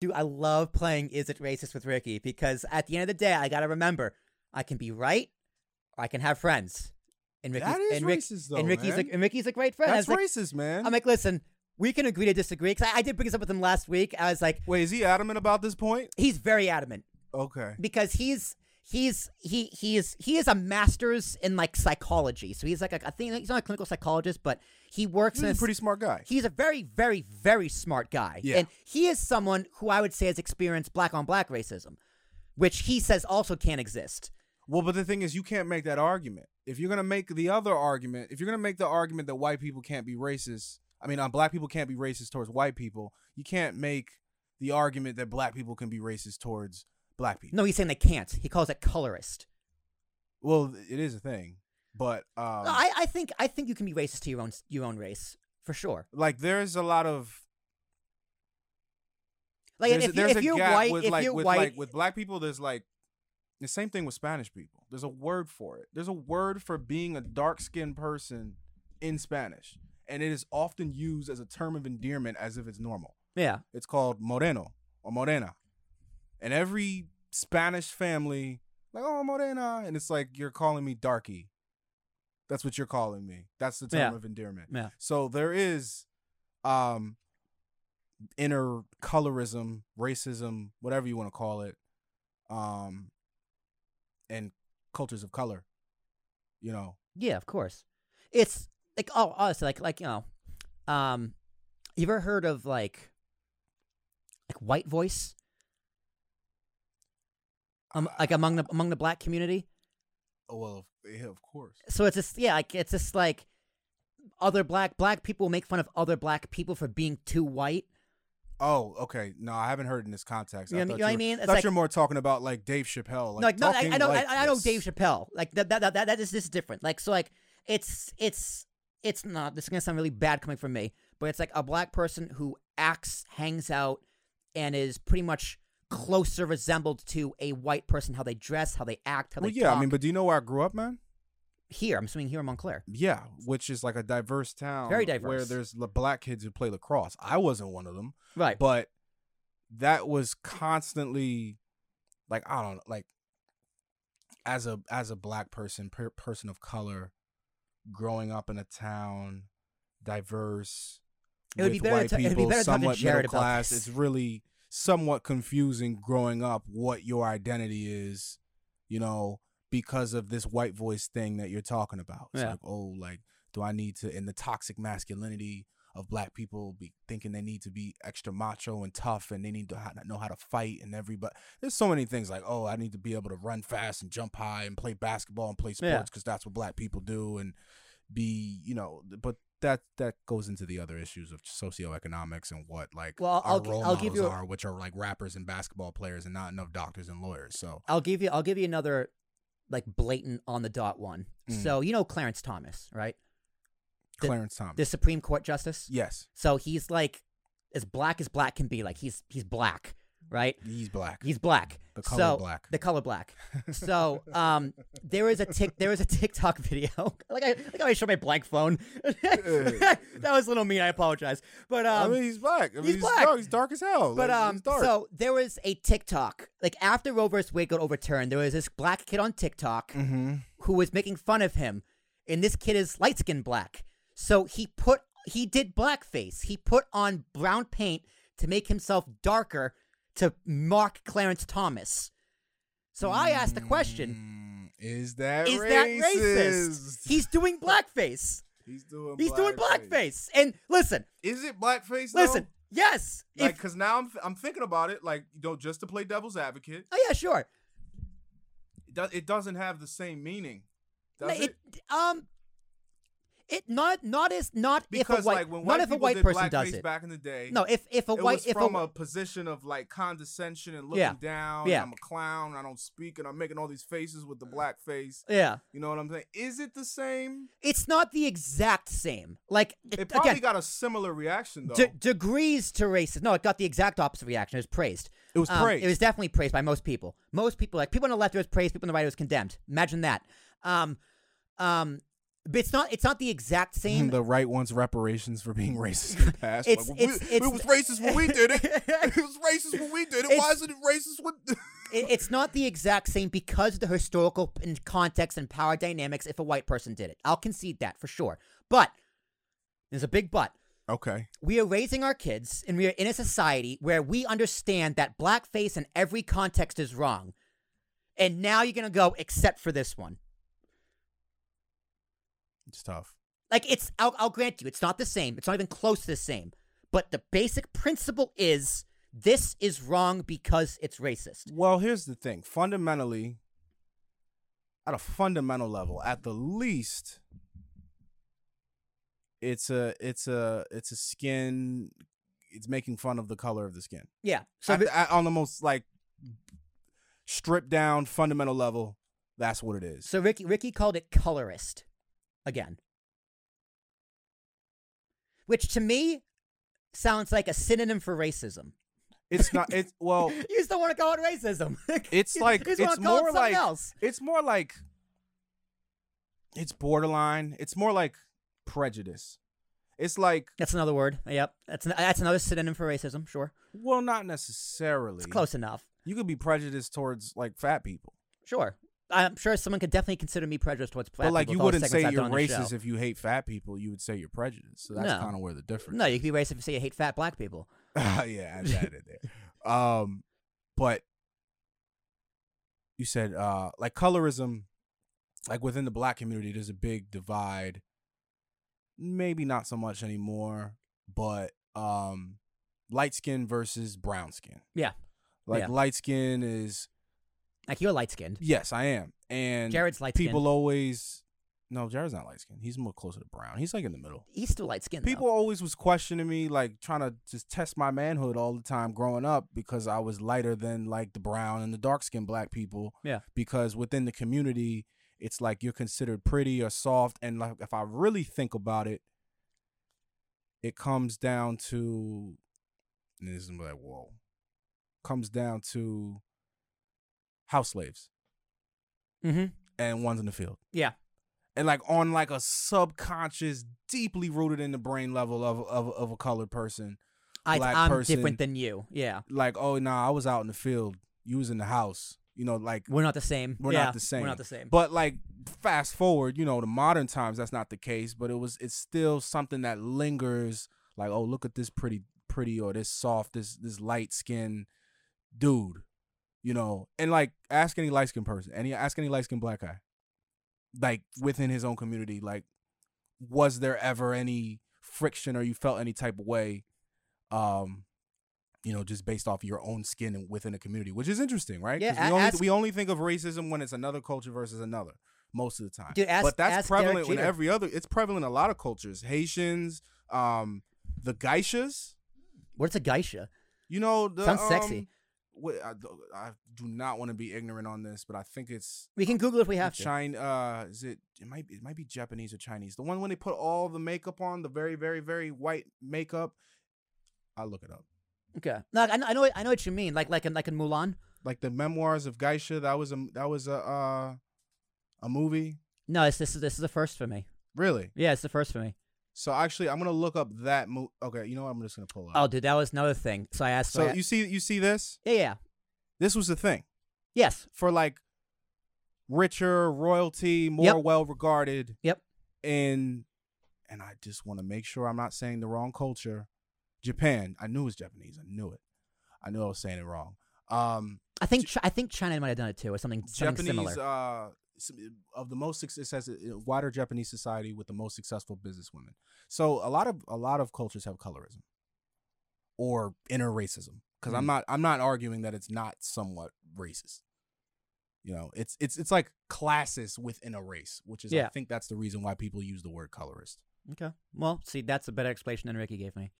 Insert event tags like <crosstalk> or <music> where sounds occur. do I love playing Is It Racist with Ricky because at the end of the day, I got to remember I can be right or I can have friends. And Ricky's, That is and Rick- racist, though, and Ricky's, man. a, and Ricky's a great friend. I That's was like- racist, man. I'm like, listen, we can agree to disagree. Because I, I did bring this up with him last week. I was like, Wait, is he adamant about this point? he's very adamant Okay. because he's he's he he is he is a master's in like psychology. So he's like a, I think he's not a clinical psychologist, but he works He's in a a pretty smart guy. He's a very, very, very smart guy. Yeah. And he is someone who I would say has experienced black on black racism, which he says also can't exist. Well, but the thing is, you can't make that argument. If you're gonna make the other argument, if you're gonna make the argument that white people can't be racist, I mean, uh, black people can't be racist towards white people, you can't make the argument that black people can be racist towards black people. No, he's saying they can't. He calls it colorist. Well, it is a thing, but um, No, I, I think I think you can be racist to your own your own race for sure. like there's a lot of Like there's, if, you, there's a if you're gap white, with if like you're with white, like with black people. There's like the same thing with Spanish people. There's a word for it. There's a word for being a dark skinned person in Spanish, and it is often used as a term of endearment as if it's normal. yeah, It's called moreno or morena, and every Spanish family like oh morena, and it's like you're calling me darky. That's what you're calling me. That's the term Yeah. of endearment. yeah, So there is um inner colorism, racism, whatever you want to call it, um and cultures of color. You know. yeah. Of course, it's like oh, honestly, like like you know, um, you ever heard of like like white voice? Uh, Um, like among the among the black community. Oh well, yeah, of course. so it's just yeah like it's just like other black black people make fun of other black people for being too white Oh, okay. No, I haven't heard in this context. You know what I I thought mean- you know what I were- mean? It's thought like- you're more talking about like Dave Chappelle. Like, like, no I, talking I know like I, I know this. dave chappelle like that that that, that, that is this is different like so like it's it's it's not this is gonna sound really bad coming from me but it's like a black person who acts hangs out and is pretty much closer resembled to a white person how they dress how they act how Well, they yeah, I talk. mean, but do you know where I grew up, man? here i'm assuming here in montclair Yeah, which is like a diverse town. Very Where diverse. there's la- black kids who play lacrosse. I wasn't one of them. right but that was constantly like i don't know like as a as a black person per, person of color growing up in a town diverse It would be with better to white ta- it'd be people better to talk to somewhat Jared middle about class this. it's really somewhat confusing growing up what your identity is you know because of this white voice thing that you're talking about it's Yeah. like oh like do i need to in the toxic masculinity of black people be thinking they need to be extra macho and tough and they need to ho- know how to fight and everybody there's so many things like oh i need to be able to run fast and jump high and play basketball and play Yeah. sports because that's what black people do and be you know but that that goes into the other issues of socioeconomics and what like Well, our I'll gi- role I'll give models you a- are which are like rappers and basketball players and not enough doctors and lawyers so I'll give you I'll give you another like blatant on the dot one. Mm. So you know Clarence Thomas, right? The- clarence thomas The Supreme Court justice. yes So he's like as black as black can be. Like he's he's black, right? he's black He's black. The color so, black. The color black. So um, there is a tick. There is a TikTok video. <laughs> like I like how I showed my blank phone. <laughs> that was a little mean. I apologize. But um, i mean he's black I mean, he's black. dark, he's dark as hell But Like, um, he's dark. so there was a TikTok. Like after Roe vs. Wade got overturned, there was this black kid on TikTok Mm-hmm. who was making fun of him, and this kid is light skinned black. So he put he did blackface. He put on brown paint to make himself darker to mock Clarence Thomas. So I asked the question: Mm, is that Is racist? that racist? He's doing <laughs> blackface. he's doing He's doing blackface. And listen, Is it blackface? though? listen, yes. like if, because now I'm I'm thinking about it. Like you know, just to play devil's advocate, oh yeah, sure. it, do, it doesn't have the same meaning, No, does it? Um, it not not as not Because if a white like when not white if a people white did person does blackface it. back in the day, no, if if a it white was if from a, a, position of like condescension and looking Yeah. down. Yeah. Uh, And I'm a clown. I don't speak, and I'm making all these faces with the black face. yeah, You know what I'm saying? Is it the same? it's not the exact same. Like it- It probably again, got a similar reaction though. de- degrees to racism. No, it got the exact opposite reaction. It was praised. It was Um, praised. It was definitely praised by most people. Most people, like people on the left, it was praised. People on the right, it was condemned. Imagine that. Um, um, But it's not. It's not the exact <laughs> same. the right wants reparations for being racist in the past. It's- Like, it's- we- it's- it was racist when we did <laughs> it. It was racist when we did it. Why It's- isn't it racist when? <laughs> It- it's not the exact same because of the historical p- and context and power dynamics. If a white person did it, I'll concede that for sure. But there's a big but. okay. we are raising our kids and we are in a society where we understand that blackface in every context is wrong. And now you're going to go, except for this one. It's tough. Like, it's, I'll, I'll grant you, it's not the same. It's not even close to the same. But the basic principle is this is wrong because it's racist. Well, here's the thing. Fundamentally, at a fundamental level, at the least, it's a it's a it's a skin. It's making fun of the color of the skin. Yeah. So, So the- on the most like stripped down fundamental level, that's what it is. so Ricky, Ricky called it colorist again, which to me sounds like a synonym for racism. It's not. It's <laughs> <laughs> well. you just don't want to call it racism. <laughs> It's You- like you just it's wanna call it more something like else. it's more like it's borderline. It's more like prejudice. It's like That's another word. Yep, that's an, that's another synonym for racism. Sure, well, not necessarily. it's close enough. You could be prejudiced towards like fat people, Sure, I'm sure someone could definitely consider me prejudiced towards black but like people you with all the wouldn't say segments I've you're done on this racist show. if you hate fat people. You would say you're prejudiced. So that's No. kind of where the difference. No, you could be racist if you say you hate fat black people. <laughs> yeah, I added there. Um, but you said uh, like colorism, like within the black community, there's a big divide. Maybe not so much anymore, but um, light skin versus brown skin. Yeah. like Yeah. light skin is Like you're light skinned. yes, I am, and Jared's light skinned. people always no, Jared's not light skin. He's more closer to brown. He's like in the middle. He's still light skinned. People always was questioning me, like trying to just test my manhood all the time growing up because I was lighter than like the brown and the dark skinned black people. Yeah. Because within the community, it's like you're considered pretty or soft. And like if I really think about it, it comes down to and this is like, whoa. Comes down to house slaves Mm-hmm. and ones in the field Yeah. and like on like a subconscious, deeply rooted in the brain level of of, of a colored person. I, Black I'm person. different than you. Yeah. Like, oh nah, I was out in the field, you was in the house. You know, like We're not the same. We're yeah, not the same. We're not the same. but like fast forward, you know, to modern times, that's not the case. But it was it's still something that lingers, like, oh, look at this pretty pretty or this soft, this this light skinned dude. You know, and like ask any light skinned person, any ask any light skinned black guy. Like within his own community, like was there ever any friction or you felt any type of way um you know just based off your own skin and within a community which is interesting right 'Cause Yeah, we, a- only, ask- we only think of racism when it's another culture versus another most of the time Dude, ask- but that's ask Derek prevalent in Jeter. every other it's prevalent in a lot of cultures haitians um the geishas What's a geisha? you know the, Sounds sexy. um, wh- I, I do not want to be ignorant on this but i think it's We can Google if we have to. China. Uh, is it? It might. It might be Japanese or Chinese. The one when they put all the makeup on, the very, very, very white makeup. I will look it up. Okay. No, I know, I know. I know what you mean. Like, like in, like in Mulan. Like the memoirs of Geisha. That was a. That was a. Uh, a movie. No, it's, this is this is the first for me. Really. Yeah, it's the first for me. So actually, I'm gonna look up that movie. Okay. You know what? I'm just gonna pull it Oh, up. dude, that was another thing. So I asked. so I- you see, you see this. yeah, yeah, This was the thing yes, for like richer royalty, more Yep. well regarded. Yep. In and I just want to make sure I'm not saying the wrong culture. Japan. I knew it was Japanese. I knew it. I knew I was saying it wrong. Um I think Chi- I think China might have done it too, or something something Japanese similar. uh s- of the most success it says uh, wider Japanese society with the most successful businesswomen. So a lot of a lot of cultures have colorism or inner racism because I'm Mhm. not I'm not arguing that it's not somewhat racist. You know, it's it's it's like classes within a race, which is I Yeah. think that's the reason why people use the word colorist. okay, well, see, that's a better explanation than Ricky gave me.